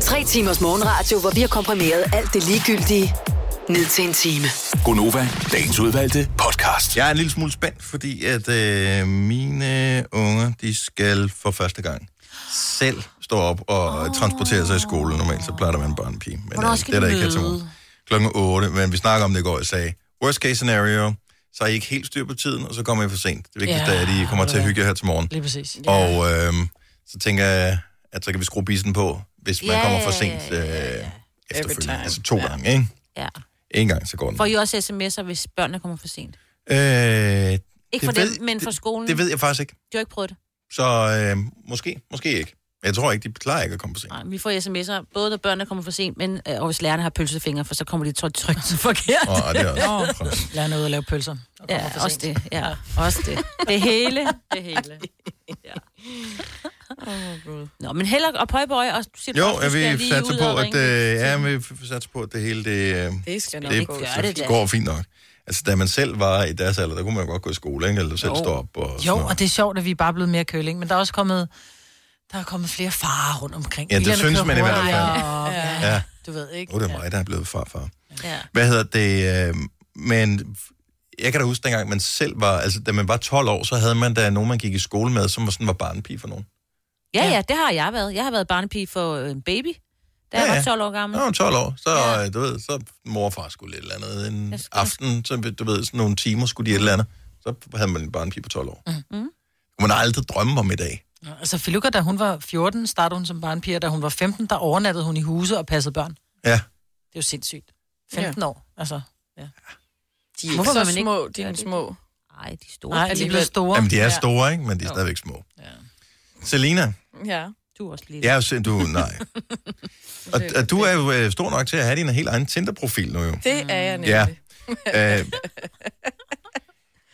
Tre timers morgenradio, hvor vi har komprimeret alt det ligegyldige ned til en time. Gonova, dagens udvalgte podcast. Jeg er en lille smule spændt, fordi at øh, mine unger, de skal for første gang selv stå op og oh. transportere sig i skole. Normalt så plejer der at være en børnepige. Men øh, Hvornår skal det er de der ikke møde? til Klokken 8, men vi snakker om det i går, jeg sagde, worst case scenario, så er I ikke helt styr på tiden, og så kommer I for sent. Det vigtigste Ja, er, at I kommer ved til at du hygge jer her til morgen. Lige præcis. Ja. Og øh, så tænker jeg, at så kan vi skrue bisen på, hvis man Ja, kommer ja, for ja, sent ja, øh, ja, efterfølgende. time. Altså to Ja. gange, ikke? Ja. En gang, så går den. Får I også sms'er, hvis børnene kommer for sent? Øh, Ikke for det dem, men for skolen? Det, det ved jeg faktisk ikke. Du har ikke prøvet det? Så øh, måske, måske ikke. Jeg tror ikke, de klarer ikke at komme på scenen. Nej, vi får sms'er, både når børnene kommer for sent, men øh, og hvis lærerne har pølsefingre, for så kommer de trygt trygt forkert. Og, og det er også. Nå, lad hende ud og lave pølser. og kommer for Ja, også sent. det. Ja, også det. Det hele. Det hele. Ja. Nå, men heller og pøj, pøj, og du siger, Jo, også, du er skal vi lige satser ud på, og at, ringe. øh, ja, vi f- satser på, at det hele det, øh, Det skal nok det, gå. gør det da. går fint nok. Altså, da man selv var i deres alder, der kunne man jo godt gå i skole, ikke? Eller selv stå op og sådan Jo, noget. og det er sjovt, at vi er bare blevet mere køling, men der er også kommet, der er kommet flere farer rundt omkring. Ja, det Bilerne synes kører man i hvert fald. hurtigere, og- Ja. Ja. Du ved ikke. Nu er det mig, der er blevet farfar. Ja. Hvad hedder det? Øh, men jeg kan da huske, dengang man selv var... Altså, da man var 12 år, så havde man da nogen, man gik i skole med, som var sådan var barnepige for nogen. Ja, ja, det har jeg været. Jeg har været barnepige for øh, en baby, da Ja, jeg ja. var 12 år gammel. Når man var 12 år, så, Ja. ja. du ved, så mor og far skulle et eller andet. En Jeg skulle- aften, så, du ved, sådan nogle timer skulle de et eller andet. Så havde man en barnepige på 12 år. Mm. Man har aldrig drømme om i dag. Altså, Filuka, da hun var 14, startede hun som barnpige, og da hun var 15, der overnattede hun i huse og passede børn. Ja. Det er jo sindssygt. 15 ja. år, altså. De er Hvorfor ikke vil så man ikke små, gøre dine det? små. Nej, de er store. Nej, de er blevet store. Jamen, de er Ja. store, ikke? Men de er stadigvæk små. Ja. Selina, Ja. Du er også lige. jeg er jo sind- du... Nej. og, og du er jo øh, stor nok til at have din helt egen Tinder-profil nu, jo. Det er jeg nemlig. Ja. Øh,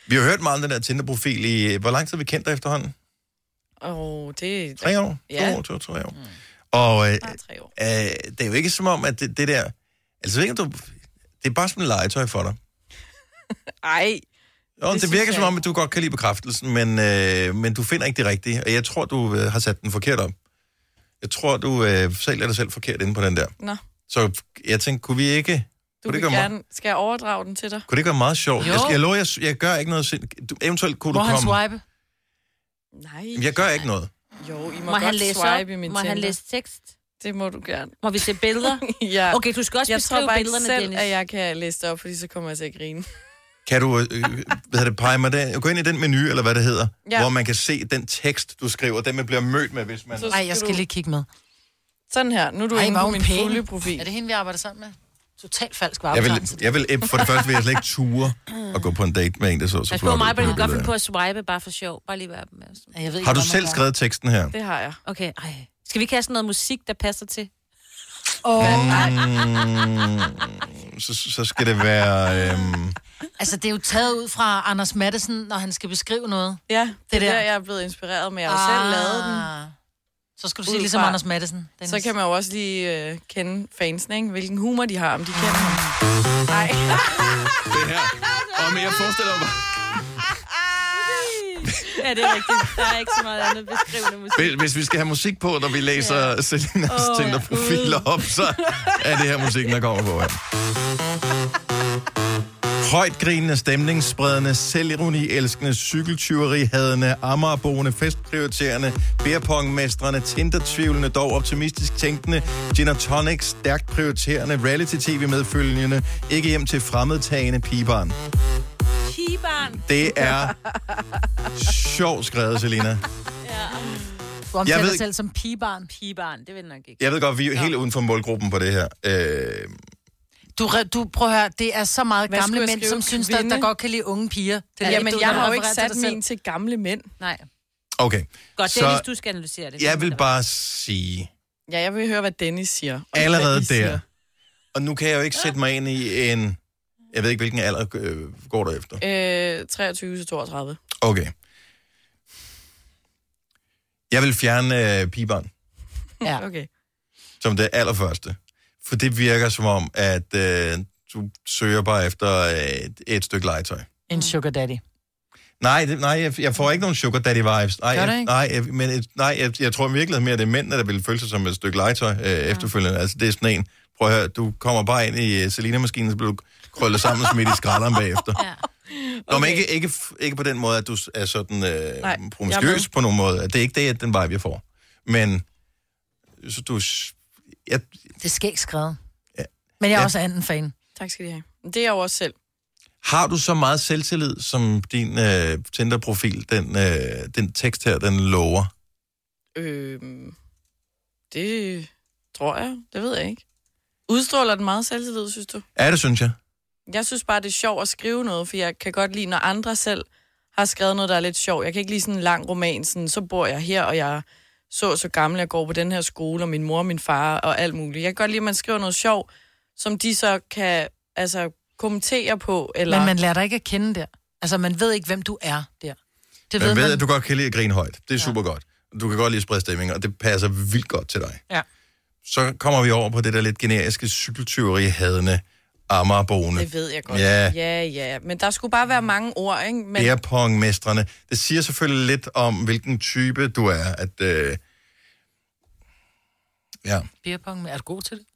vi har hørt meget om den der Tinder-profil i... Hvor lang tid har vi kendt dig efterhånden? Og det Tre år? Ja. To år, to, tre år. Og øh, er tre år. øh, det er jo ikke som om, at det, det der... Altså, jeg ved ikke, om du... Det er bare som en legetøj for dig. Ej, Jo, det, det synes virker jeg som om, at du godt kan lide bekræftelsen, men, øh, men du finder ikke det rigtige. Og jeg tror, du øh, har sat den forkert op. Jeg tror, du øh, sælger dig selv forkert inde på den der. nå. Så jeg tænkte, kunne vi ikke... Du Kunne det vil gøre mig- gerne... Skal jeg overdrage den til dig? Kunne det ikke være meget sjovt? Jo. Jeg, skal, jeg lover, jeg, jeg gør ikke noget... sind- Du, eventuelt kunne Må du han komme... swipe? Nej. Jamen, Jeg gør ikke noget. Jo, I må, Må han godt læse op? swipe i min Må Tinder. han læse tekst? Det må du gerne. Må vi se billeder? ja. Okay, du skal også jeg beskrive tror bare ikke billederne, selv, Dennis. at jeg kan læse det op, fordi så kommer jeg til at grine. Kan du øh, øh, hvad hedder det, pege mig der? Gå ind i den menu, eller hvad det hedder, ja. Ja. hvor man kan se den tekst, du skriver, den man bliver mødt med, hvis man... Så- Nej, jeg skal Skal du- lige kigge med. Sådan her. Nu er du Ej, inde var på hun min pæn. fulde Er profil. det hende, vi arbejder sammen med? Totalt falsk Jeg varebetegnelse. vil, jeg vil, eh, for det første vil jeg slet ikke ture at gå på en date med en, der så så Pas på flot mig, ud. men du kan godt Det finde der. på at swipe bare for sjov. Bare lige være opmærksom. Ja, jeg ved ikke, Har du hvad man selv gør. skrevet teksten her? Det har jeg. Okay, ej. Skal vi ikke have sådan noget musik, der passer til? Så, så skal det være... Øhm, Altså, det er jo taget ud fra Anders Madsen, når han skal beskrive noget. Ja, det, Det det er der. der, jeg er blevet inspireret med. Jeg har jo selv lavet den. Så skal du Ud sige ligesom fra- Anders Madsen. Så kan man jo også lige øh, kende fansene, ikke? hvilken humor de har, om de kender ham. Nej, det her. Og men jeg forestiller mig... Ja, det er rigtigt. Der er ikke så meget andet beskrivende musik. hvis- hvis vi skal have musik på, når vi læser ja. Selinas oh, Tinder-profiler op, så er det her musikken, der kommer på her. Højt grinende, stemningsspredende, selvironi, elskende, cykeltyveri, hadende, amagerboende, festprioriterende, beerpongmestrende, tindertvivlende, dog optimistisk tænkende, gin and tonic, stærkt prioriterende, reality-tv medfølgende, ikke hjem til fremmedtagende pigebarn. Pigebarn. Det er sjovt skrevet, Selina. Du omtaler Jeg ved dig selv som pigebarn. Pigebarn, det vil jeg nok ikke. Jeg ved godt, vi er jo helt uden for målgruppen på det her. Øh, Du, re- du prøv at høre, det er så meget Hvad gamle skulle jeg mænd, skrive? som synes, der, der Kvinde? godt kan lide unge piger. Det er ja, ikke men du, jeg der har jo ikke refererer sat til dig selv. min til gamle mænd. Nej. okay. Godt, Så- det er, hvis du skal analysere det. Jeg vil bare sige, Ja, jeg vil høre, hvad Dennis siger. og allerede hvad I siger. der, og nu kan jeg jo ikke sætte mig ind i en, jeg ved ikke, hvilken alder øh, går der efter. Øh, 23 til 32. Okay. Jeg vil fjerne øh, pigebarn Ja. Okay. som det allerførste, for det virker som om, at øh, du søger bare efter øh, et stykke legetøj. En sugar daddy. Nej, det, nej jeg, jeg får ikke nogen sugar daddy vibes. Nej, Gør du jeg, ikke? nej, jeg, men, et- nej jeg, jeg tror virkelig mere, at det er mændene, der vil føle sig som et stykke legetøj øh, efterfølgende. Altså, det er sådan en, prøv at høre, du kommer bare ind i uh, Selina-maskinen, så bliver du krøllet sammen og smidt i skralderen bagefter. Ja. Nå, men ikke, ikke, f- ikke på den måde, at du s- er sådan øh, Nej, jeg er promiskuøs med. på nogen måde. Det er ikke det, at den vibe, jeg får. Men så du... s- Jeg, Det skal ikke skrevet. Men jeg er Ja. også anden fan. Tak skal I have. Men Det er jeg jo også selv. har du så meget selvtillid, som din øh, Tinder-profil, den, øh, den tekst her, den lover? Øhm, det tror jeg. Det ved jeg ikke. Udstråler den meget selvtillid, synes du? Er det, synes jeg? Jeg synes bare, det er sjovt at skrive noget, for jeg kan godt lide, når andre selv har skrevet noget, der er lidt sjovt. Jeg kan ikke lide sådan en lang roman, sådan, så bor jeg her, og jeg er så og så gammel, jeg går på den her skole, og min mor og min far og alt muligt. Jeg kan godt lide, at man skriver noget sjovt, som de så kan altså, kommentere på. Eller... Men man lærer dig ikke at kende der. Altså, man ved ikke, hvem du er der. Det Man ved, man. at du godt kan lide at grine højt. Det er ja. super godt. Du kan godt lide at sprede stemning, og det passer vildt godt til dig. Ja. Så kommer vi over på det der lidt generiske cykeltyveri-hadende Amagerboende. Det ved jeg godt. Ja. ja, ja. Men der skulle bare være mange ord, ikke? Men Bærepongmestrene. Det siger selvfølgelig lidt om, hvilken type du er. At, øh... ja. Beerpong, er du god til det?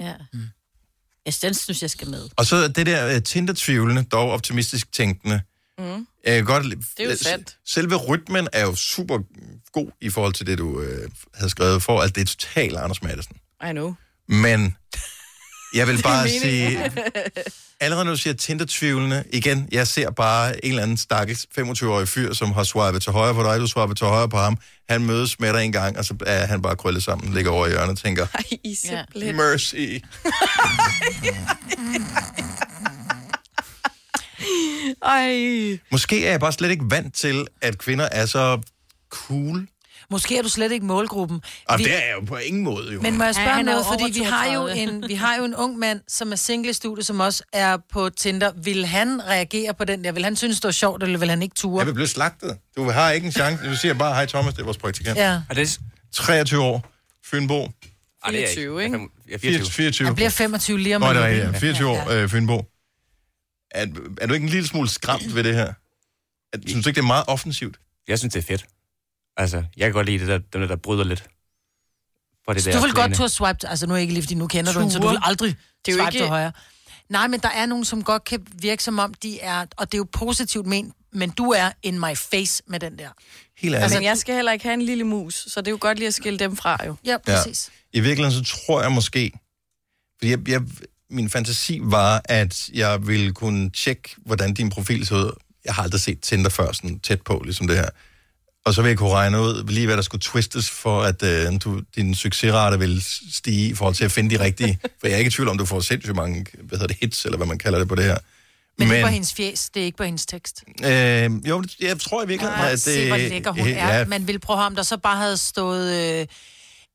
Ja. Jeg den synes, jeg skal med. Og så det der øh, Tinder-tvivlende, dog optimistisk tænkende. Mm. Jeg kan godt, det er jo sandt. Selve rytmen er jo super god i forhold til det, du øh, havde skrevet for. Altså, det er totalt Anders Madsen. I know. Men jeg vil bare sige... Allerede når du siger Tinder-tvivlende, igen, jeg ser bare en eller anden stakkels 25-årig fyr, som har swipet til højre på dig, du swipet til højre på ham. Han mødes med dig en gang, og så er han bare krøllet sammen, ligger over i hjørnet og tænker, Ej, I er simpelthen... Ja. mercy. Ej. Måske er jeg bare slet ikke vant til, at kvinder er så cool. Måske er du slet ikke målgruppen. Og Vi- det er jeg jo på ingen måde, jo. Men må jeg spørge Ja, ja, han er noget, jo over fordi vi har, jo 32. en, vi har jo en ung mand, som er single i studiet, som også er på Tinder. Vil han reagere på den der? Vil han synes, det var sjovt, eller vil han ikke ture? Jeg vil blive slagtet. Du har ikke en chance. Du siger bare, hej Thomas, det er vores praktikant. Ja. Er det... 23 år, Fynbo. Ej, det er jeg 24, ikke? Jeg er 24. 24. Han bliver 25 lige om Nå, det er lidt, rigtigt, ikke? ja. 24 år, øh, Fynbo. Er, er du ikke en lille smule skræmt ved det her? Er, synes du ikke, det er meget offensivt? Jeg synes, det er fedt. Altså, jeg kan godt lide det der, dem der, der bryder lidt. For det Så der du vil plane. godt turde swipe, til- altså nu er ikke lige, fordi nu kender du hende, så du Ture? vil aldrig er jo swipe ikke- til højre. Nej, men der er nogen, som godt kan virke som om, de er, og det er jo positivt ment, men du er in my face med den der. Helt ærligt. Men jeg skal heller ikke have en lille mus, så det er jo godt lige at skille dem fra, jo. Ja, præcis. I virkeligheden så tror jeg måske, fordi jeg, jeg, min fantasi var, at jeg ville kunne tjekke, hvordan din profil så ud. Jeg har aldrig set Tinder før sådan tæt på, ligesom det her. Og så ville jeg kunne regne ud lige, hvad der skulle twistes for, at øh, du, din succesrate ville stige i forhold til at finde de rigtige. For jeg er ikke i tvivl om, du får sindssygt mange hvad hedder det, hits, eller hvad man kalder det på det her. Men, men det er på hendes fjes, det er ikke på hendes tekst. øh, jo, det- jeg tror i virkeligheden, Nej, at det... se, hvor lækker hun øh, er. Man ville prøve ham, der så bare havde stået... Øh,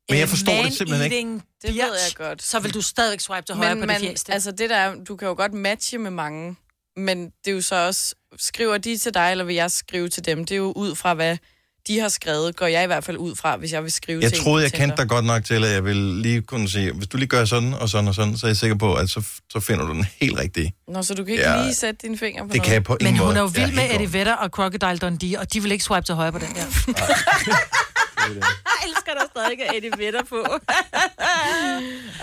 Men jeg forstår det simpelthen ikke. Det ved jeg godt. Så vil du stadigvæk swipe til højre Men på man, det fjeste. Altså, altså det der, er- du kan jo godt matche med mange, men det er jo så også, skriver de til dig, eller vil jeg skrive til dem? Det er jo ud fra, hvad de har skrevet, går jeg i hvert fald ud fra, hvis jeg vil skrive Jeg til en troede, på jeg Tinder. kendte dig godt nok til, at jeg ville lige kunne sige, hvis du lige gør sådan og sådan og sådan, så er jeg sikker på, at så, så finder du den helt rigtige. Nå, så du kan ikke Ja. ja, lige sætte dine fingre på Det noget? kan jeg på ingen men måde. hun er jo Jeg vild med helt Eddie Vedder og Crocodile Dundee, og de vil ikke swipe til højre på den der. Jeg elsker dig stadig at Eddie Vedder på.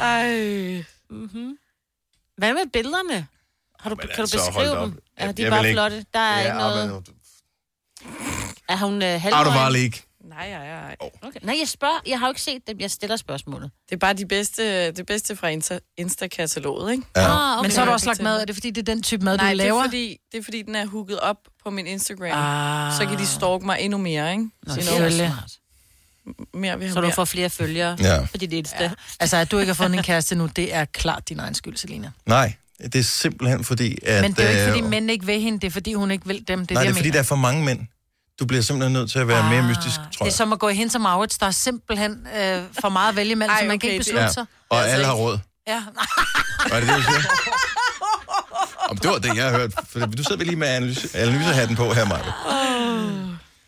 Ej. Hvad med billederne? Har du, Men kan altså, du beskrive hold da op. dem? Ja, Jeg- de er jeg bare vil ikke- flotte. Der er Ja, ikke men- noget... Er hun uh, Har du bare halvøjen? ikke? Nej, nej, nej. Okay. Nej, jeg spørger. Jeg har jo ikke set dem. Jeg stiller spørgsmålet. Det er bare de bedste, det bedste fra Insta- Insta-kataloget, ikke? Ja. Ah, Okay. Men så har du også lagt mad, er det fordi, det er den type mad, Nej, du det er, laver? fordi, det er fordi, den er hooket op på min Instagram. Ah. Så kan de stalke mig endnu mere, ikke? Nå, det noget, altså, selvfølgelig. mere vi har Så du mere. får flere følgere Ja. på dit Insta. Ja. Altså, at du ikke har fundet en kæreste nu, det er klart din egen skyld, Selina. Nej, det er simpelthen fordi, at... Men det er jo ikke, øh, fordi mænd ikke vil hende, det er fordi, hun ikke vil dem. Det er Nej, det, det jeg er fordi, der mener. er for mange mænd. Du bliver simpelthen nødt til at være mere mystisk, tror Ah, Det er jeg. som at gå i hen som Maurits, der er simpelthen øh, for meget at vælge imellem, Ej, så man kan okay, ikke det- beslutte sig. Og alle har råd. Ja. Var det det, du siger? Om det var det, jeg hørte. For du sidder vel lige med analyse, analysehatten på her, Maja.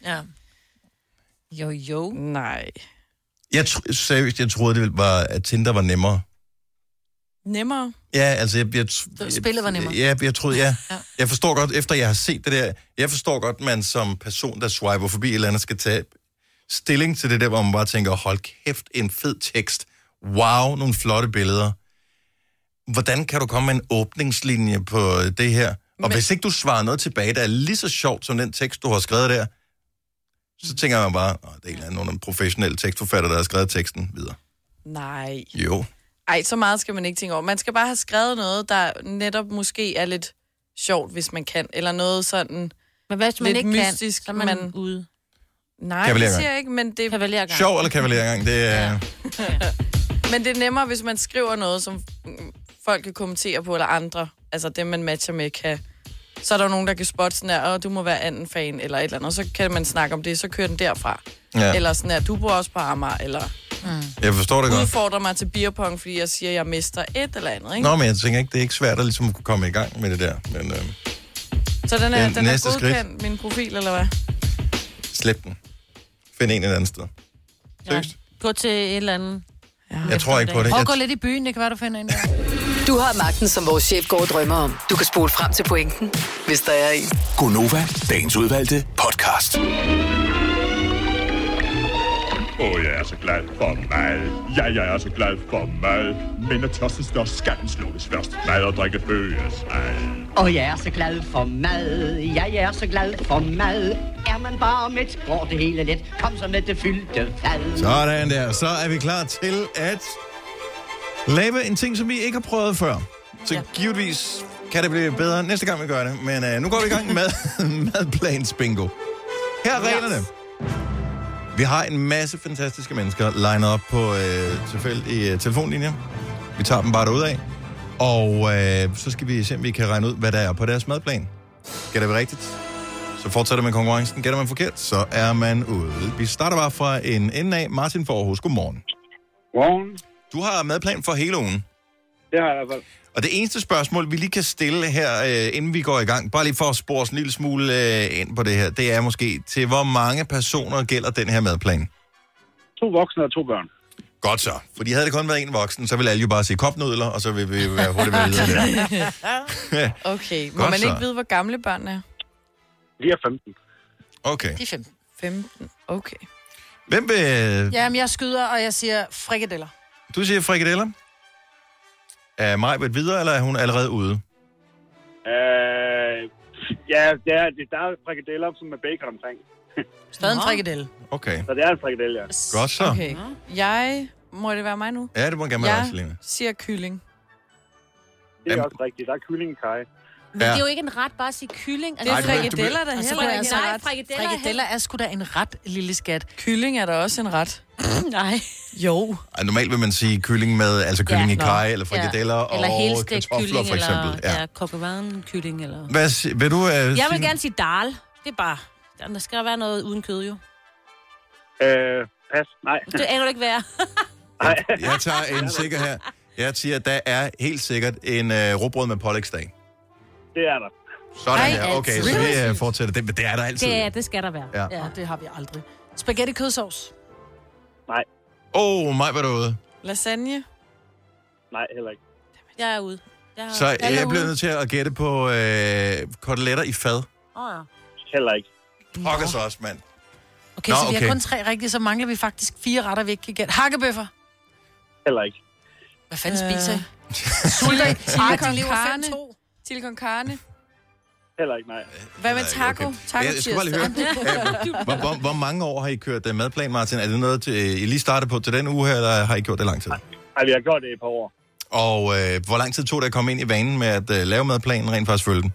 ja. Jo, jo. Nej. Jeg tr- seriøst, jeg troede, det var, at Tinder var nemmere. nemmere. Ja, altså, jeg, jeg, jeg, Spillet var nemmere. Ja, jeg troede, ja. Jeg forstår godt, efter jeg har set det der, jeg forstår godt, man som person, der swiper forbi et eller andet, skal tage stilling til det der, hvor man bare tænker, hold kæft, en fed tekst. Wow, nogle flotte billeder. Hvordan kan du komme med en åbningslinje på øh, det her? Og Men... hvis ikke du svarer noget tilbage, der er lige så sjovt som den tekst, du har skrevet der, så tænker man bare, "Nå, det er en eller anden nogen professionel tekstforfatter, der har skrevet teksten videre. Nej. Jo. Ej, så meget skal man ikke tænke over. Man skal bare have skrevet noget, der netop måske er lidt sjovt, hvis man kan. Eller noget sådan... Men hvis man Lidt ikke mystisk, kan, så er man men- ude. Nej, det Kavalergang. siger jeg ikke, men det, Kavalergang. Sjov eller kavalergang, det er... men det er nemmere, hvis man skriver noget, som mm, folk kan kommentere på, eller andre. Altså det, man matcher med, kan... Så er der jo nogen, der kan spotte sådan her, "Åh, du må være anden fan, eller et eller andet. Og så kan man snakke om det, så kører den derfra. Ja. Ja. Eller sådan her, du bor også på Amager, eller Jeg forstår det godt. udfordrer mig til beerpong, fordi jeg siger, at jeg mister et eller andet, ikke? Nå, men jeg tænker ikke, det er ikke svært at ligesom kunne komme i gang med det der. Men øh, Så den er, Ja, ja, den næste er godkendt, min profil, eller hvad? slip den. Find en et andet sted. Seriøst? Gå til et eller andet. Jeg tror ikke på det. Prøv Jeg, at gå lidt i byen, det kan være, du finder en der. Du har magten, som vores chef går og drømmer om. Du kan spole frem til pointen, hvis der er en. Gonova, dagens udvalgte podcast. Åh, oh, jeg er så glad for mad. Ja, jeg er så glad for mad. Men når tørsten størst, skal den slukkes først. Mad og drikke følges ad. Og jeg er så glad for mad, ja, jeg er så glad for mad. Er man bare med, går det hele let. Kom så med det fyldte fad. sådan der. Så er vi klar til at lave en ting, som vi ikke har prøvet før. Så ja. givetvis kan det blive bedre næste gang, vi gør det. Men øh, nu går vi i gang med madplans bingo. Her er reglerne. Vi har en masse fantastiske mennesker lined op på øh, tilfældige øh, telefonlinjer. Vi tager dem bare derudad. Og øh, så skal vi se, om vi kan regne ud, hvad der er på deres madplan. Skal det være rigtigt? Så fortsætter man konkurrencen. Gætter man forkert, så er man ude. Vi starter bare fra en ende af. Martin for Aarhus, godmorgen. Morgen. Du har madplan for hele ugen. Det har jeg i hvert fald. Og det eneste spørgsmål, vi lige kan stille her, øh, inden vi går i gang, bare lige for at spore os en lille smule øh, ind på det her, det er måske, til hvor mange personer gælder den her madplan? To voksne og to børn. Godt så. Fordi havde det kun været en voksen, så ville alle jo bare se kopnudler, og så ville vi være hurtigt videre der. Okay, må Godt man så. ikke vide, hvor gamle børnene er? De er 15. Okay. De er fem. 15, okay. Hvem vil... Jamen, jeg skyder, og jeg siger frikadeller. Du siger frikadeller? Er Maj videre, eller er hun allerede ude? Øh, ja, det er, det, der er frikadeller, som med bacon omkring. Stadig en frikadelle. Okay. Så det er en frikadelle, ja. Godt så. Okay. Jeg... Må det være mig nu? Ja, det må gerne være ja. Jeg også, Lene. siger kylling. Det er Jamen. også rigtigt. Der er kyllingekaj. Men Ja. det er jo ikke en ret bare at sige kylling. Altså, Det er Ej, du- du- frikadeller, der Og så heller går ikke jeg er så en Nej, ret. frikadeller, Frikadeller er sgu da en ret lille skat. Kylling er der også en ret. Nej. Jo. Ej, normalt vil man sige kylling med, altså kylling ja, i nå. kaj, eller frikadeller ja. eller og helstegt kartofler, kylling, for eksempel. Eller, Ja. ja, kokkevaren kylling, eller... Hvad, si- vil du... Øh, Jeg vil gerne sige dal. Det er bare... Der skal være noget uden kød, jo. Øh, pas. Nej. Det aner du ikke, hvad er. Jeg tager en sikker her. Jeg siger, at der er helt sikkert en øh, råbrød med pålægsdag. Det er der. Sådan Ej, her. Okay, altid. så vi øh, fortsætter. Det, men det er der altid. Det, er- det skal der være. Ja. Ja, det har vi aldrig. Spaghetti kødsovs. Åh, oh, mig var derude. Lasagne. Nej, heller ikke. Jeg er ude. Jeg er... Så øh, jeg ude. bliver nødt til at gætte på øh, koteletter i fad. Åh, ja. Heller ikke. Pokker så også, mand. Okay, Nå, Nå, så vi okay. har kun tre rigtige, så mangler vi faktisk fire retter, vi ikke kan gætte. Hakkebøffer. Heller ikke. Hvad fanden Øh. spiser I? Sulter I? Ej, de lever carne. 5-2. Chili con carne. Heller ikke, nej. Hvad med Nej, taco? okay. Taco Jeg skal bare lige høre, øh, hvor, hvor, hvor mange år har I kørt øh, madplan, Martin? Er det noget, til, øh, I lige startede på til den uge her, eller har I gjort det lang tid? Ej, vi har gjort det i et par år. Og øh, hvor lang tid tog det at komme ind i vanen med at øh, lave madplanen, rent faktisk følge den?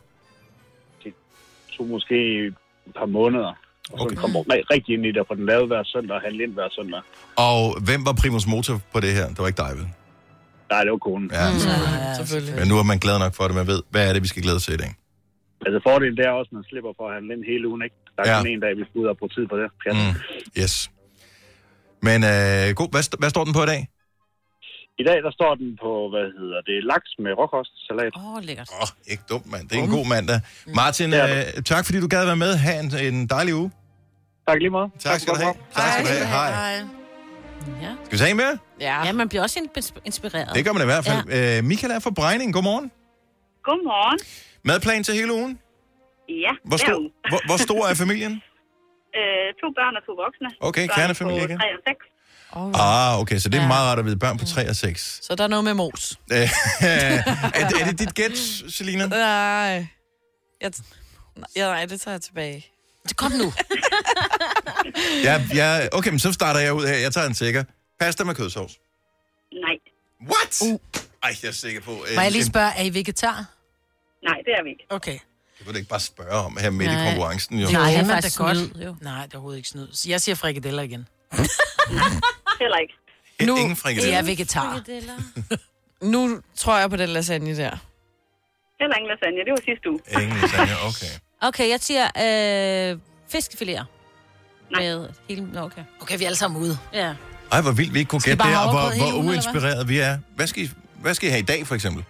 To måske et par måneder. Og så Okay. kommer ri- rigtig ind i det, og få den lavet hver søndag og handle ind hver søndag. Og hvem var primus motor på det her? Det var ikke dig, vel? Nej, det var konen. Ja, mm. Ja, selvfølgelig. Men nu er man glad nok for det, man ved, hvad er det, vi skal glæde os til i dag. Altså fordelen det er også, at man slipper for at handle ind hele ugen, ikke? Der er Ja. ja. kun en dag, vi skal ud og bruge tid på det. Ja. Mm. Mm. Yes. Men øh, god, hvad, st- hvad står den på i dag? I dag, der står den på, hvad hedder det, laks med råkostsalat. Åh, lækkert. Åh, oh, ikke dumt, mand. Det er en god mandag. Martin, Mm. Det er øh, tak fordi du gad være med. Ha' en, en dejlig uge. Tak lige meget. Tak skal du for have. godt program. Tak skal du have. Hej. Ja. Skal vi tage en mere? Ja. ja, man bliver også insp- inspireret. Det gør man i hvert fald. Ja. Øh, Michael er fra Brejning. Godmorgen. Godmorgen. Madplan til hele ugen. Ja, Hvor hver stor, uge. hvor, hvor stor er familien? Øh, to børn og to voksne. Okay, børn kernefamilie på igen. Tre og seks. Ah, okay, så det er ja. meget rart at vide. Børn på 3 og 6. Så der er noget med mos. Øh, er, det- er det dit gæt, Selina? Nej. Jeg t- nej, ja, nej, det tager jeg tilbage. Kom nu. Jeg, jeg, okay, men så starter jeg ud her. Jeg tager en sikker. Pasta med kødsovs. Nej. What? Uh. Ej, jeg er sikker på... øh, Må jeg lige spørge, er I vegetar? Nej, det er vi ikke. Okay. Det kunne du ikke bare spørge om her midt i Nej. konkurrencen, jo. Nej, han han er er da faktisk godt. snyd, jo. Nej, det er overhovedet ikke snyd. Så Jeg siger frikadeller igen. Heller ikke. Nu, Ingen frikadeller. Jeg er vegetar. Nu tror jeg på den lasagne der. Heller ingen lasagne. Det var sidste uge. Ingen lasagne, okay. Okay, jeg siger øh, fiskefiléer. Med hele... Nå, okay. Okay, vi er alle sammen ude. Ja. Ej, hvor vildt vi ikke kunne Skal vi gætte bare det, og hvor, have overgået hele hvor ugen, eller hvad? uinspireret vi er. Hvad skal, I, hvad skal I have i dag, for eksempel?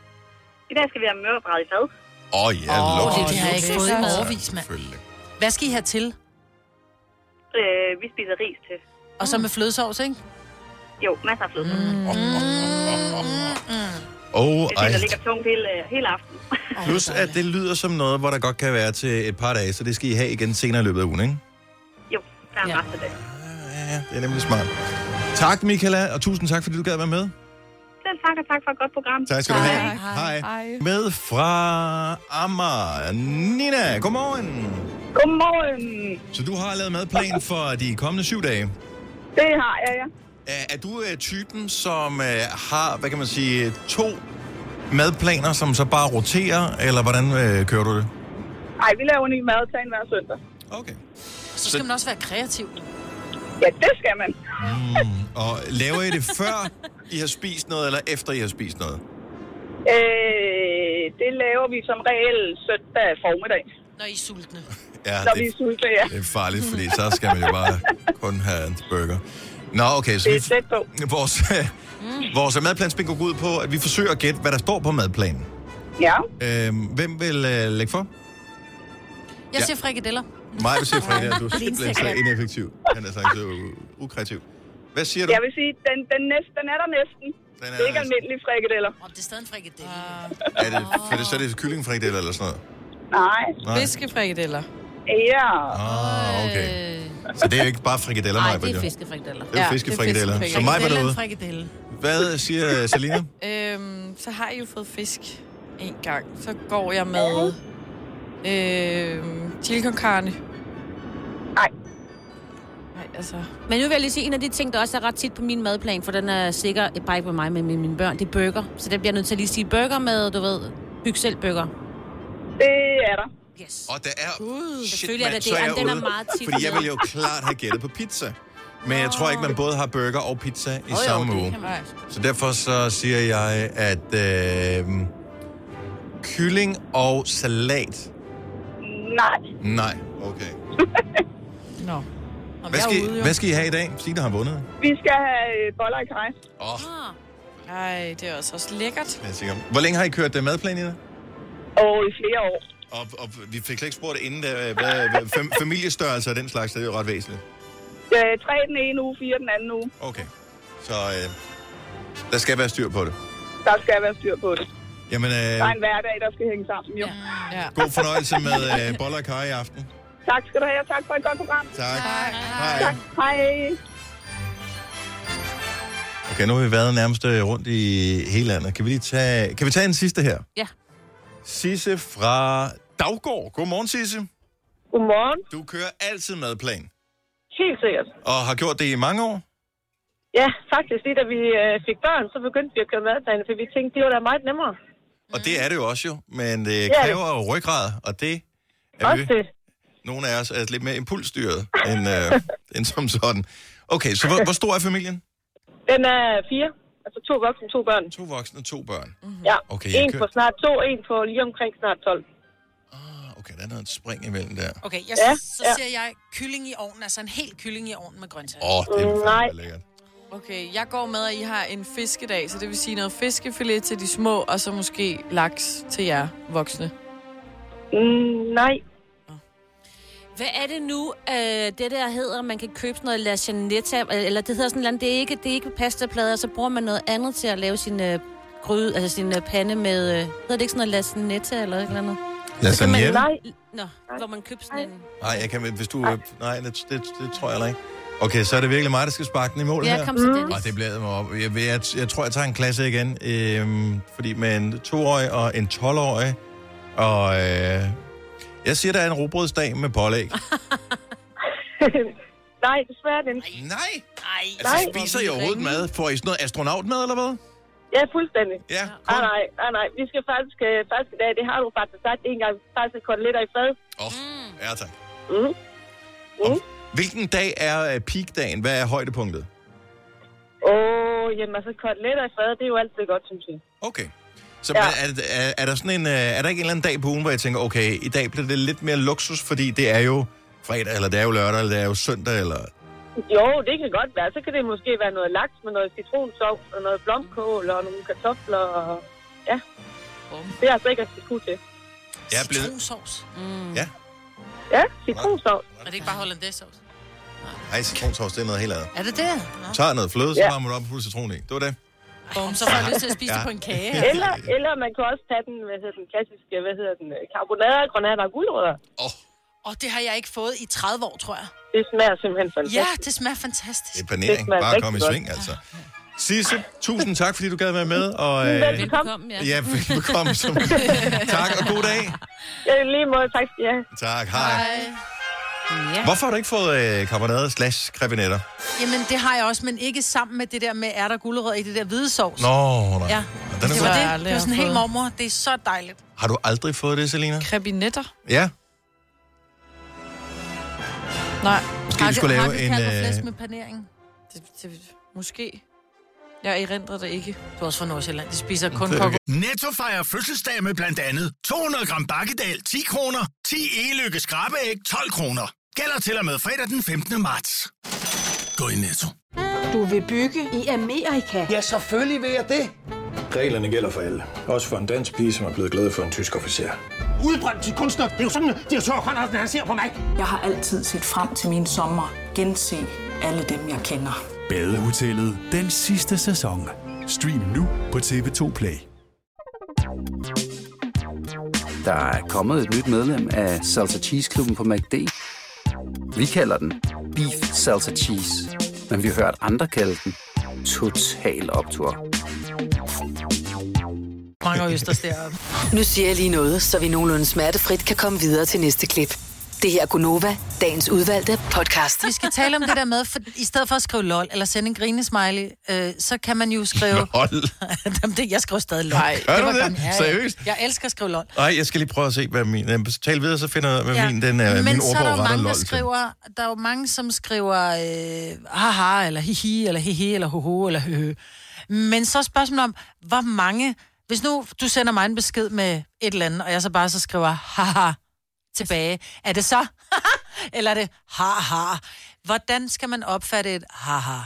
I dag skal vi have mørbrad i fad. Åh, oh, ja, Åh, oh, det er det, jeg ikke fået i overvis, mand. Selvfølgelig. Hvad skal I have til? Øh, vi spiser ris til. Og så med flødesovs, ikke? Jo, masser af fløde. Mm. Oh, Det er ej. det, der ligger tungt hele, øh, hele aftenen. Plus, at det lyder som noget, hvor der godt kan være til et par dage, så det skal I have igen senere i løbet af ugen, ikke? Jo, der er en rest af det. Ja, det er nemlig smart. Tak, Michaela, og tusind tak, fordi du gad at være med. Selv tak, og tak for et godt program. Tak skal du have. Hej. Hej. Med fra Amager, Nina. Godmorgen. Godmorgen. Så du har lavet madplan for de kommende syv dage? Det har jeg, ja. Er, er du øh, typen, som øh, har, hvad kan man sige, to madplaner, som så bare roterer, eller hvordan øh, kører du det? Ej, vi laver ny madplan hver søndag. Okay. Så skal man også være kreativ. Ja, det skal man. Og laver I det før I har spist noget, eller efter I har spist noget? Øh, det laver vi som regel søndag formiddag. Når I er sultne. Ja, Når det- vi er sultne, ja. Det er farligt, fordi så skal man jo bare kun have en burger. Nå, okay, så vi, vores, vores madplansbingo går ud på, at vi forsøger at gætte, hvad der står på madplanen. Ja. Øhm, hvem vil øh, lægge for? Jeg Ja. siger frikadeller. Mig vil sige Frederik, at du er Din simpelthen så sekretær. ineffektiv. Han er sagt så u- ukreativ. Hvad siger du? Jeg vil sige, den, den, næste, den er der næsten. Den er det er ikke der almindelige frikadeller. Om det er stadig en frikadelle. Er det, for det, så er det kyllingfrikadeller eller sådan noget? Nej. Nej. Fiskefrikadeller. Ja. Ah, okay. Så det er jo ikke bare frikadeller, Nej, Maja, det er jo. fiskefrikadeller. Det er jo fiskefrikadeller. Så mig var derude. Frikadelle. Hvad siger øh, Selina? Øhm, så har jeg jo fået fisk en gang. Så går jeg med øhm, chili con carne. Nej. Nej, altså... Men nu vil jeg lige sige, en af de ting, der også er ret tit på min madplan, for den er sikker, eh, bare ikke med mig, men med mine børn, det er burger. Så der bliver jeg nødt til at lige sige burger med, du ved, byg selv burger. Det er der. Yes. Og der er... Gud, Shit, selvfølgelig er mand, det så det. Jamen, den er ude. meget tit. Fordi jeg ville jo klart have gættet på pizza. Men jeg tror ikke, man både har burger og pizza i samme uge. Så derfor så siger jeg, at øh, kylling og salat. Nej. Nej, okay. Nå. Hvad skal, I- hvad skal I have i dag? Signe har vundet. Vi skal have øh, boller i kaj. Ah. Åh. Ej, det er også, også lækkert. Jeg er sikker. Hvor længe har I kørt øh, madplan i det? Og i flere år. Og, og vi fik slet ikke spurgt inden, da, hvad, hvad, fam, familiestørrelse og den slags, det er jo ret væsentligt. Øh, tre den ene uge, fire den anden uge. Okay. Så øh, der skal være styr på det. Der skal være styr på det. Jamen, øh, Der er en hverdag, der skal hænge sammen, jo. Ja. god fornøjelse med øh, boller og kar i aften. Tak skal du have, og tak for et godt program. Tak. Hej. Tak. Hej. Okay, nu har vi været nærmest øh, rundt i hele landet. Kan vi lige tage, kan vi tage en sidste her? Ja. Sisse fra Daggård. Godmorgen, Sisse. Godmorgen. Du kører altid madplan, Helt sikkert. og har gjort det i mange år. Ja, faktisk lige da vi øh, fik børn, så begyndte vi at køre madplaner, for vi tænkte, det var da meget nemmere. Og det er det jo også jo, men det det. kræver jo ryggrad, og det er Også vi. det. Nogle af os er lidt mere impulsstyret end, øh, end som sådan. Okay, så hvor, hvor stor er familien? Den er fire. Altså to voksne, to børn. To voksne, to børn. Mhm. Mm-hmm. Ja, Okay, okay, jeg en kører- på snart to, en på lige omkring snart 12. Ah, Okay, der er noget spring imellem der. Okay, jeg, Ja, ja, så ja. siger jeg kylling i ovnen, altså en hel kylling i ovnen med grøntsager. Åh, det er Nej. fandme lækkert. Okay, jeg går med, at I har en fiskedag, så det vil sige noget fiskefilet til de små, og så måske laks til jer voksne. Mm, nej. Hvad er det nu, øh, det der hedder, man kan købe sådan noget lachanetta, eller det hedder sådan noget, det er ikke, det er ikke pastaplader, så bruger man noget andet til at lave sin øh, gryde, altså sin øh, pande med, øh, hedder det ikke sådan noget lachanetta eller et eller andet? Så kan man- Lasagne? Nej, Nå, hvor man køber sådan en... jeg kan, hvis du... Nej, det, det, det tror jeg heller ikke. Okay, så er det virkelig mig, der skal sparke den i mål Ja, her. kom så, Dennis. Og det bliver mig op. Jeg, jeg, jeg, jeg, tror, jeg tager en klasse igen. Øhm, fordi med en toårig og en 12-årig. Og øh, jeg siger, der er en robrødsdag med pålæg. Nej, desværre den. Nej. Altså, spiser I overhovedet mad? Får I sådan noget astronautmad, eller hvad? Ja, fuldstændig. Ja. Nej, nej, nej, nej. Vi skal faktisk, øh, faktisk i dag, det har du faktisk sagt en gang, faktisk koteletter i fad. Åh, oh, ja tak. Mm. Mm-hmm. Og hvilken dag er øh, peakdagen? Hvad er højdepunktet? Åh, jamen altså, koteletter i fad, det er jo altid godt, synes jeg. Okay. Så Ja. ja. er, er, er, der sådan en, øh, er der ikke en eller anden dag på ugen, hvor jeg tænker, okay, i dag bliver det lidt mere luksus, fordi det er jo fredag, eller det er jo lørdag, eller det er jo søndag, eller... Jo, det kan godt være. Så kan det måske være noget laks med noget citronsovs og noget blomkål og nogle kartofler. Og... Ja, det er altså ikke at skulle til. Jeg er blevet... Citronsovs. Mm. Ja. Ja, citronsovs. Er det ikke bare hollandaisesovs? Ej, citronsovs, det er noget helt andet. Er det det? Tag noget fløde, så Ja. varmer du op og putter citron i. Det var det. Bum, så får jeg lyst til at spise Ja. det på en kage. Eller, eller man kan også tage den, hvad hedder den klassiske, hvad hedder den, øh, karbonader, granater og guldrødder. Og det har jeg ikke fået i 30 år, tror jeg. Det smager simpelthen Ja, fantastisk. det smager fantastisk. Det er panering. Bare kom i sving, altså. Sisse, tusind tak, fordi du gad være med. Og, øh, Velbekomme, ja. Ja, velbekomme. Som... tak, og god dag. Ja, i lige måde, tak skal I have. Tak, hej. Hvorfor har du ikke fået øh, karbonade slash krebinetter? Jamen, det har jeg også, men ikke sammen med det der med ærter og gulerødder i det der hvide sovs. Nå, nej. Ja, Den er det god. var Jeg har det. aldrig Det var sådan helt fået. mormor. Det er så dejligt. Har du aldrig fået det, Selina? Krebinetter? Ja. Nej. Måske vi skulle lave en... Øh... med panering? Det, det, måske. Jeg erindrer det ikke. Du er også fra Nordsjælland. De spiser kun Det er kok. Netto fejrer fødselsdag med blandt andet 200 gram bakkedal 10 kroner, 10 e-lykke skrabeæg 12 kroner. Gælder til og med fredag den 15. marts. Gå i Netto. Du vil bygge i Amerika? Ja, selvfølgelig vil jeg det. Reglerne gælder for alle. Også for en dansk pige, som er blevet glad for en tysk officer. Udbrændt til kunstner. Det er jo sådan, at de har tørt, han ser på mig. Jeg har altid set frem til min sommer. Gense alle dem, jeg kender. Badehotellet den sidste sæson. Stream nu på TV2 Play. Der er kommet et nyt medlem af Salsa Cheese Klubben på MACD. Vi kalder den Beef Salsa Cheese, men vi har hørt andre kalde den Total Optor. Mange østers deroppe. Nu siger jeg lige noget, så vi nogenlunde smertefrit kan komme videre til næste klip. Det her er Gunova, dagens udvalgte podcast. Vi skal tale om det der med, for i stedet for at skrive lol eller sende en grinesmiley, øh, så kan man jo skrive... Hold. Jamen, det, jeg skriver stadig lol. Nej, Gør du det? Seriøst? Jeg elsker at skrive lol. Nej, jeg skal lige prøve at se, hvad min... øh, Tal videre, så finder jeg, ud af, hvad min, den er, Men Øh, min så er der ordbog retter jo mange, der lol til. skriver, der er jo mange, som skriver øh, haha, eller hihi, eller hehe, eller hoho, eller høhø. Men så er spørgsmålet om, hvor mange... Hvis nu du sender mig en besked med et eller andet, og jeg så bare så skriver haha tilbage, er det så haha, eller er det haha? Hvordan skal man opfatte et haha?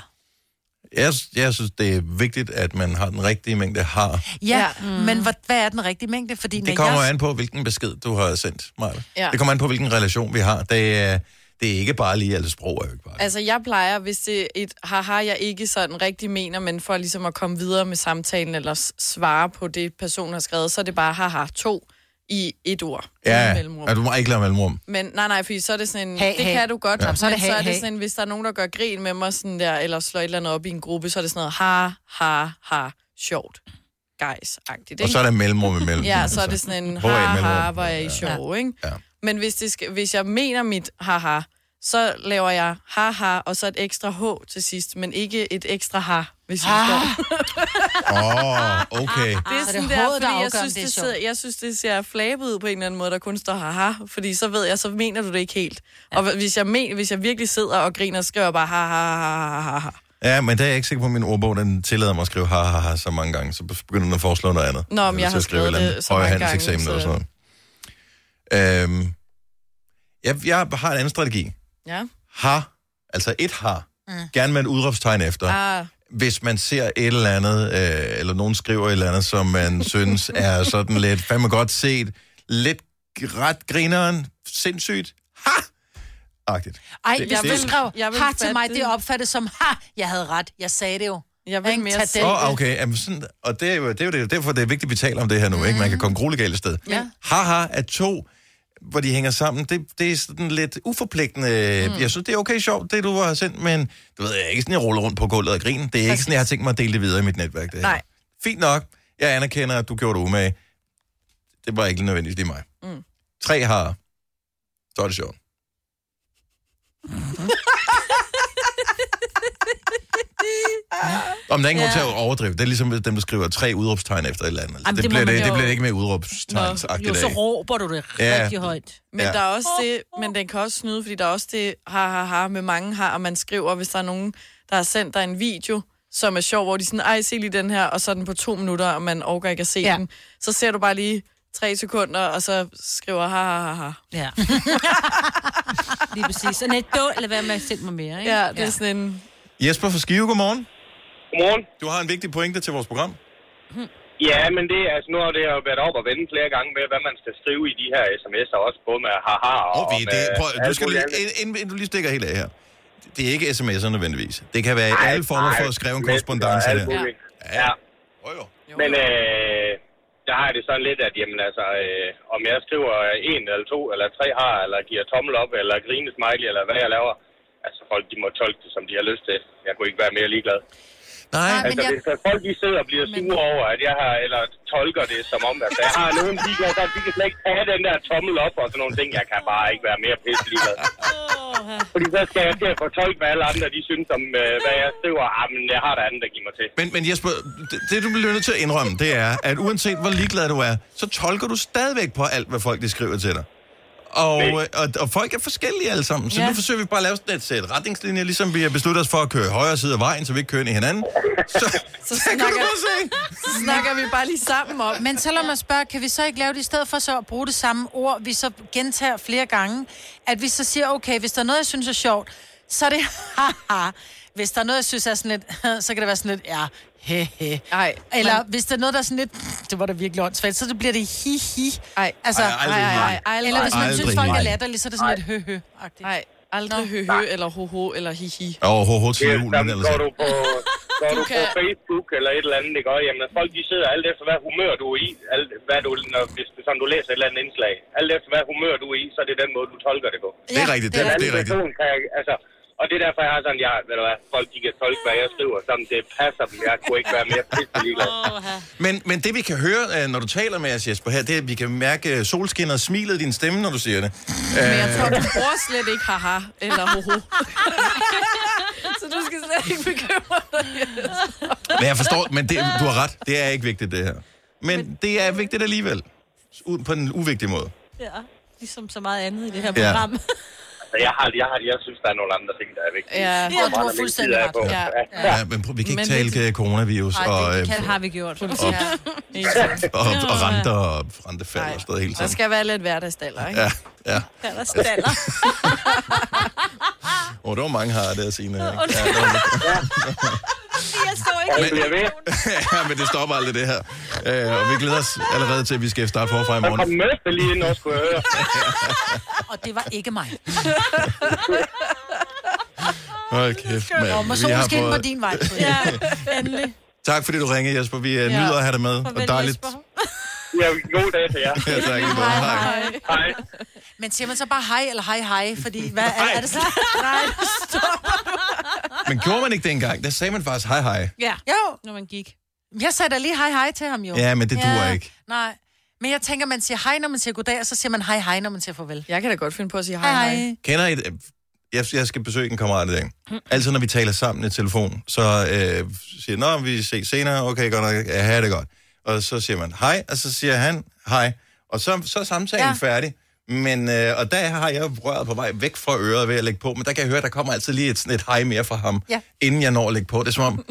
Jeg, jeg synes, det er vigtigt, at man har den rigtige mængde har. Ja, mm. men hvad, hvad er den rigtige mængde? Fordi Det kommer an på, hvilken besked du har sendt, Maja. Ja. Ja. Det kommer an på, hvilken relation vi har. Det er, det er ikke bare lige, altså sprog er jo ikke bare. Altså, jeg plejer, hvis det er et haha, jeg ikke sådan rigtig mener, men for ligesom at komme videre med samtalen eller s- svare på det, personen har skrevet, så er det bare haha to i et ord. Uden Ja, Altså- mellemrum. ja du må ikke lave mellemrum. Men nej, nej, fordi så er det sådan en, Hey, det hey. kan du godt, Ja. ja. Så er det men så hey, er det hey. sådan en, hvis der er nogen, der gør grin med mig sådan der, eller slår et eller andet op i en gruppe, så er det sådan noget, ha, ha, ha, sjovt, guys-agtigt. Og ikke? så er der mellemrum imellem. altså. Ja, så er det sådan en, Hvor er ha, I ha, mellemrum? hvor er I sjov, ikke? Men hvis, det skal, hvis jeg mener mit haha, så laver jeg haha, og så et ekstra h til sidst, men ikke et ekstra ha, hvis jeg står. Åh, oh, okay. Det er Ah, Så sådan det er der, hovedet, der fordi afgør, jeg om synes, det er det sjovt. sidder, jeg synes, det ser flabet ud på en eller anden måde, der kun står haha, fordi så ved jeg, så mener du det ikke helt. Og hvis jeg, men, hvis jeg virkelig sidder og griner, skriver jeg bare ha ha ha ha ha. Ja, men der er jeg ikke sikker på, at min ordbog den tillader mig at skrive ha, ha, ha så mange gange, så begynder den at foreslå noget andet. Nå, men jeg Så har skriver et skrevet eller andet det så mange gange. højrehandseksamen så- eller sådan noget. Øhm, jeg, jeg har en anden strategi. Ja. Har, altså et har, mm. gerne med et udråbstegn efter. Ah. Hvis man ser et eller andet, øh, eller nogen skriver et eller andet, som man synes er sådan lidt fandme godt set, lidt ret grineren, sindssygt, ha! Agtigt. Ej, Det- hvis det- du skrev jeg vil har til fatte mig, det det. er opfattet som, ha, jeg havde ret, jeg sagde det jo. Jeg vil mere Åh, oh, okay. Jamen, sådan, og det er, jo, det er jo det, derfor, det er vigtigt, at vi taler om det her nu. Mm. Ikke? Man kan komme grueligt galt af sted. Ja. Haha er to, hvor de hænger sammen. Det, det er sådan lidt uforpligtende. Mm. Jeg synes, det er okay sjovt, det du har sendt, men du ved, jeg er ikke sådan, jeg ruller rundt på gulvet og griner. Det er Præcis. ikke sådan, jeg har tænkt mig at dele det videre i mit netværk. Det her. Nej. Fint nok. Jeg anerkender, at du gjorde det umage. Det var ikke nødvendigvis lige mig. Mm. Tre har. Så er det sjovt. Om der er ingen ja. grund til at overdrive. Det er ligesom dem, der skriver tre udråbstegn efter et eller andet. Jamen, Jamen, det, det det, må bliver man det, jo- det bliver det ikke med Nå, udråbstegnsagtigt. jo, så af. råber du det Ja. rigtig højt. Men Ja. ja. der er også det, men den kan også snyde, fordi der er også det ha, ha, ha med mange har, og man skriver, hvis der er nogen, der har sendt dig en video, som er sjov, hvor de er sådan, ej, se lige den her, og så er den på to minutter, og man overgår ikke at se ja. den. Så ser du bare lige tre sekunder, og så skriver ha, ha, ha, ha. Ja. Lige præcis. Og net dål, lad være med at sende mig mere, ikke? Ja, det er sådan en... Jesper fra Skive, godmorgen. Godmorgen. Du har en vigtig pointe til vores program. Ja, men det er, altså, nu har det jo været op og vende flere gange med, hvad man skal skrive i de her sms'er, også både med haha og, Og vi, med det, prøv, du alt skal lige, muligt andet. inden, inden- inden du lige stikker helt af her. Det er ikke sms'er nødvendigvis. Det kan være Nej, alle former for nej, at skrive en sms og korrespondence. alt der. muligt. Ja. Men øh, der har jeg det sådan lidt, at jamen, altså, øh, om jeg skriver en eller to eller tre har, eller giver tommel op, eller grine smiley, eller hvad jeg laver, altså folk de må tolke det, som de har lyst til. Jeg kunne ikke være mere ligeglad. Nej, altså, hvis der folk de sidder og bliver sure over, at jeg har, eller tolker det som om, at jeg har nogen ligeglad, så de kan slet ikke have den der tommel op og sådan nogle ting. Jeg kan bare ikke være mere pisse ligeglad. Fordi så skal jeg til at fortolke, hvad alle andre de synes om, øh, hvad jeg skriver. Ah, men jeg har der andet, der giver mig til. Men, men Jesper, det, det du bliver nødt til at indrømme, det er, at uanset hvor ligeglad du er, så tolker du stadigvæk på alt, hvad folk de skriver til dig. Og, øh, og, og folk er forskellige alle sammen, så ja. Ja. nu forsøger vi bare at lave sådan et sæt retningslinjer, ligesom vi har besluttet os for at køre højre side af vejen, så vi ikke kører ind i hinanden. Så, Så kan du snakker, bare se. så snakker vi bare lige sammen om. Men selvom man spørger, kan vi så ikke lave det i stedet for så at bruge det samme ord, vi så gentager flere gange, at vi så siger, okay, hvis der er noget, jeg synes er sjovt, så er det haha. Hvis der er noget, jeg synes er sådan lidt, så kan det være sådan lidt, ja, he, he. Ej, Eller men- hvis der er noget, der er sådan lidt, det var da virkelig åndssvagt, så det bliver det hi, hi. Ej, altså, Ej, aldrig hi. Eller hvis man Aldrig synes, folk hi. er latterlige, så er det sådan lidt hø, hø. Nej, aldrig høhø, eller hoho, eller hihi. Og HH til jul, oh, men ellers... Går du på, går du, Du på kan- Facebook eller et eller andet, ikke? Og, jamen, folk de sidder alt efter, hvad humør du er i, alt, hvad du, når, hvis du, sådan, du læser et eller andet indslag. Alt efter, hvad humør du er i, så er det den måde, du tolker det på. Det er rigtigt, det er- Den anden det er rigtigt. person Kan, jeg- altså, og det er derfor, jeg har sådan, jeg, ved du hvad, folk de kan tolke, hvad jeg skriver, som det passer dem. Jeg kunne ikke være mere pisse ligeglad. Men, men det vi kan høre, øh, når du taler med os, Jesper, her, det er, at vi kan mærke øh, solskinnet og smilet i din stemme, når du siger det. Men jeg tror, Øh, du bruger slet ikke haha eller hoho. så du skal slet ikke bekymre dig. Men jeg forstår, men det, du har ret. Det er ikke vigtigt, det her. Men, men det er vigtigt alligevel. Ud på den uvigtige måde. Ja, ligesom så meget andet i det her Ja. program. Altså, jeg, har, jeg, har, jeg synes, der er nogle andre ting, der er vigtige. Ja, jeg Hvor meget tror af min tid fuldstændig er ret. på. Ja. Ja, ja men prøv, vi kan ikke Men men det- tale det... coronavirus Ej, og, det, øh, det kan, har vi gjort. og- og, og renter og rentefald og sådan hele Der tiden. skal være lidt hverdagsdaller, ikke? Ja, ja. Hverdagsdaller. Og der var mange har det at sige. Ja, Jeg så men, ja, men det stopper aldrig det her. Øh, og vi glæder os allerede til, at vi skal starte forfra i Der kom morgen. møffe lige ind og skulle jeg høre. Og det var ikke mig. Hold kæft, mand. Om, og Vi har solen skinner på fået- din vej. Ja, endelig. Tak fordi du ringede, Jesper. Vi øh, nyder at have dig med. Og dejligt. Ja, god dag til jer. Ja, tak. Hej, hej. Hej. Men siger man så bare hej eller hej hej, fordi hvad er, er det så? Nej, stop. Men gjorde man ikke det engang? Der sagde man faktisk hej hej. Ja. Jo. Når man gik. Jeg sagde da lige hej hej til ham jo. Ja, men det duer ikke. Nej. Men jeg tænker, man siger hej, når man siger goddag, og så siger man hej hej, når man siger farvel. Jeg kan da godt finde på at sige hej hej. Kender I det? Jeg, jeg skal besøge en kammerat i dag. Altid når vi taler sammen i telefon, så øh, siger jeg, Nå, vi ses senere, okay, godt nok, ja, have det godt. Og så siger man hej, og så siger han hej. Og så, så er samtalen ja. færdig. Men, øh, og der har jeg jo røret på vej væk fra øret ved at lægge på, men der kan jeg høre, der kommer altid lige et, sådan et hej mere fra ham, Ja. inden jeg når at lægge på. Det er som om,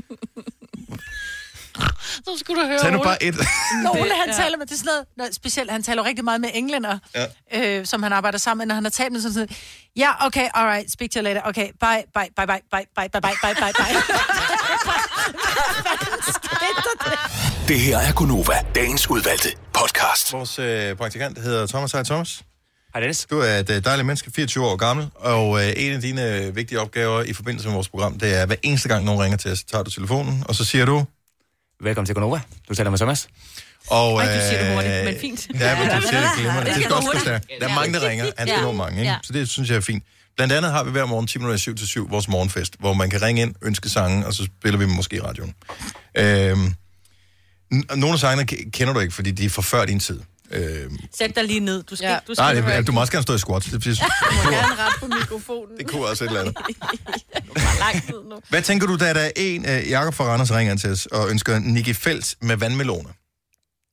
Så skulle du høre tag nu Ole. bare et... Når Ole, han Ja. ja. taler med, det er sådan noget, når, specielt, han taler jo rigtig meget med englænder, Ja. øh, som han arbejder sammen med, når han har talt med sådan noget. Ja, okay, alright, speak to you later. Okay, bye, bye, bye, bye, bye, bye, bye, bye, bye, bye. Det her er Gonova, dagens udvalgte podcast. Vores øh, praktikant hedder Thomas. Hej Thomas. Du er et øh, dejligt menneske, 24 år gammel, og øh, en af dine øh, vigtige opgaver i forbindelse med vores program, det er, hver eneste gang nogen ringer til os, så tager du telefonen, og så siger du... Velkommen til Konova. Du taler med Thomas. Og, øh, Ej, du siger det hurtigt, men fint. Ja, men du siger det glimrende. Det Det skal skal også gå kunne hurtigt. Der er mange, der ringer. Han skal Ja. nå mange, ikke? Ja. Så det synes jeg er fint. Blandt andet har vi hver morgen 10 minutter 7 til 7 vores morgenfest, hvor man kan ringe ind, ønske sange, og så spiller vi dem måske i radioen. Øhm, n- nogle af sangene k- kender du ikke, fordi de er fra før din tid. Øhm, Sæt dig lige ned. Du skal, ja. du skal nej, det, være- ja, du må også gerne stå i squats. Det, det, må kunne, gerne rette på mikrofonen. det kunne også et eller andet. lang tid nu. Hvad tænker du, da der er en uh, Jakob fra Randers ringer ind til os og ønsker Nicky Felt med vandmeloner?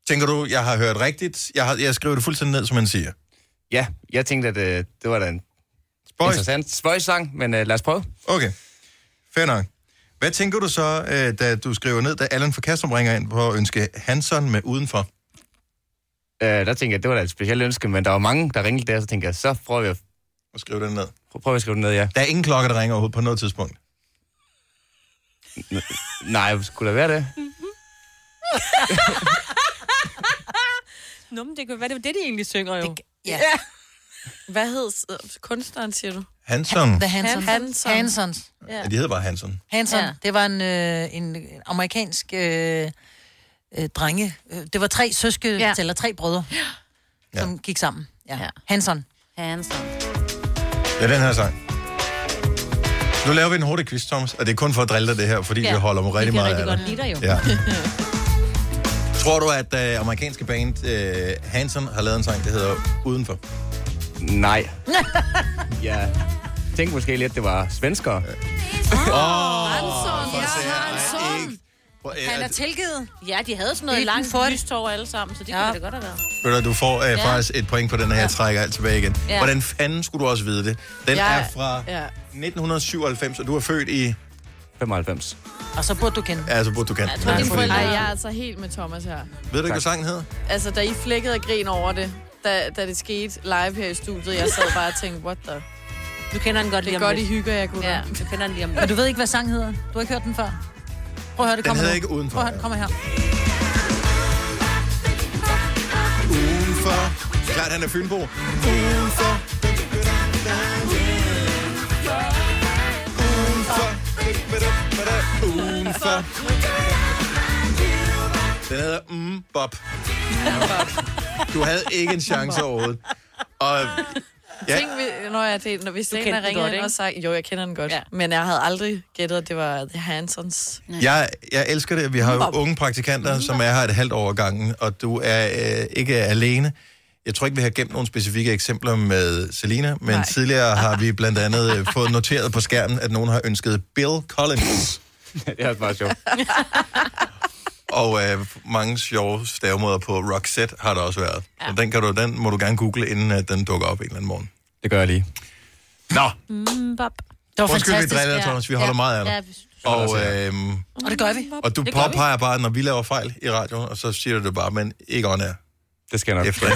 Tænker du, jeg har hørt rigtigt? Jeg, har, jeg skriver det fuldstændig ned, som man siger. Ja, jeg tænkte, at øh, det var da en Spøjs. interessant spøjs-sang, men øh, lad os prøve. Okay, fair nok. Hvad tænker du så, øh, da du skriver ned, da Allan fra Kastrup ringer ind på at ønske Hanson med udenfor? Øh, der tænkte jeg, at det var da et specielt ønske, men der var mange, der ringede der, så tænkte jeg, så prøver vi at... Og skrive den ned. Prøv at skrive den ned, ja. Der er ingen klokke, der ringer overhovedet på noget tidspunkt. Nej, skulle der være det? Nå, men det kan være, det var det, de egentlig synger jo. ja. Hvad hed s- kunstneren, siger du? Hanson. The Hansons. Hanson. Hansons. Ja, de hedder bare Hanson. Hanson, Ja. ja. det var en, øh, en en amerikansk øh, øh, drenge. øh, Det var tre søske, ja. eller tre brødre, ja. som gik sammen. Ja. ja. Hanson. Hanson. Det er den her sang. Nu laver vi en hurtig quiz, Thomas, og det er kun for at drille dig det her, fordi ja. vi holder mig rigtig meget af dig. lide dig jo. Ja. Tror du, at øh, amerikanske band øh, Hanson har lavet en sang, der hedder Udenfor? Nej. Ja. Tænk måske lidt, det var svenskere. Hanson. Ja, Hanson. Han er tilgivet. Ja, de havde sådan noget Hvilken langt fund? lystår alle sammen, så det ja. kunne det godt have været. Ved du, du får øh, Ja. faktisk et point på den her, jeg trækker alt tilbage igen. Ja. Hvordan fanden skulle du også vide det? Den Jeg- er fra ja. 1997, og du er født i... 95. Og så burde du kende. Ja, så burde du kende. Jeg den. tror, Nej, dine fordi- forældre... Ej, jeg er altså helt med Thomas her. Ved du ikke, hvad sangen hedder? Altså, da I flækkede og grin over det, da, da det skete live her i studiet, jeg sad bare og tænkte, what the... Du kender den godt det lige om Det er godt, I lidt. hygger jeg kunne. Ja, du kender den lige om Og du ved ikke, hvad sangen hedder? Du har ikke hørt den før? Prøv at høre, det Den kommer hedder nu. ikke Udenfor, Prøv at høre, den kommer her. Udenfor. Klart, han er Fynbo. Udenfor. Udenfor. Udenfor. Den hedder mm, Bob. Du havde ikke en chance overhovedet. Og Ja. Ja. Tænk, vi- når jeg, det, når, hvis Du det er en, kendte den der ringer godt, ind ikke? og sagde, jo, jeg kender den godt, ja. men jeg havde aldrig gættet, at det var The Hansons. jeg, jeg elsker det. Vi har jo unge praktikanter, som er her et halvt år ad gangen, og du er øh, ikke alene. Jeg tror ikke, vi har gemt nogle specifikke eksempler med Selina, men Nej. tidligere har vi blandt andet øh, fået noteret på skærmen, at nogen har ønsket Bill Collins. det er bare sjovt. Og øh, mange sjove stavemåder på Roxette har der også været. Ja. Og den, kan du, den må du gerne google, inden at den dukker op en eller anden morgen. Det gør jeg lige. Nå, Mm, bop. Det var Undskyld, vi fantastisk, driller dig, ja. Thomas. Vi holder Ja. meget af dig. Ja, og, øh, Og det gør vi. og du Det gør vi. påpeger bare, når vi laver fejl i radioen, og så siger du det bare, men ikke on air. Det skal nok. Efter.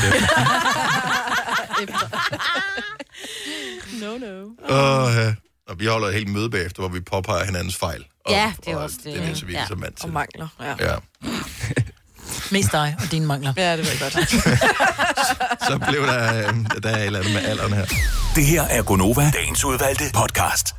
no, no. og, øh, og vi holder et helt møde bagefter, hvor vi påpeger hinandens fejl. Og, Ja, det er også det. Det er det, så vi ja. Ja. er som vant til. Og mangler, ja. Ja. Mest dig og dine mangler. Ja, det ved jeg godt. Så blev øhm, der, øh, der er et eller andet med alderen her. Det her er Gonova, dagens udvalgte podcast.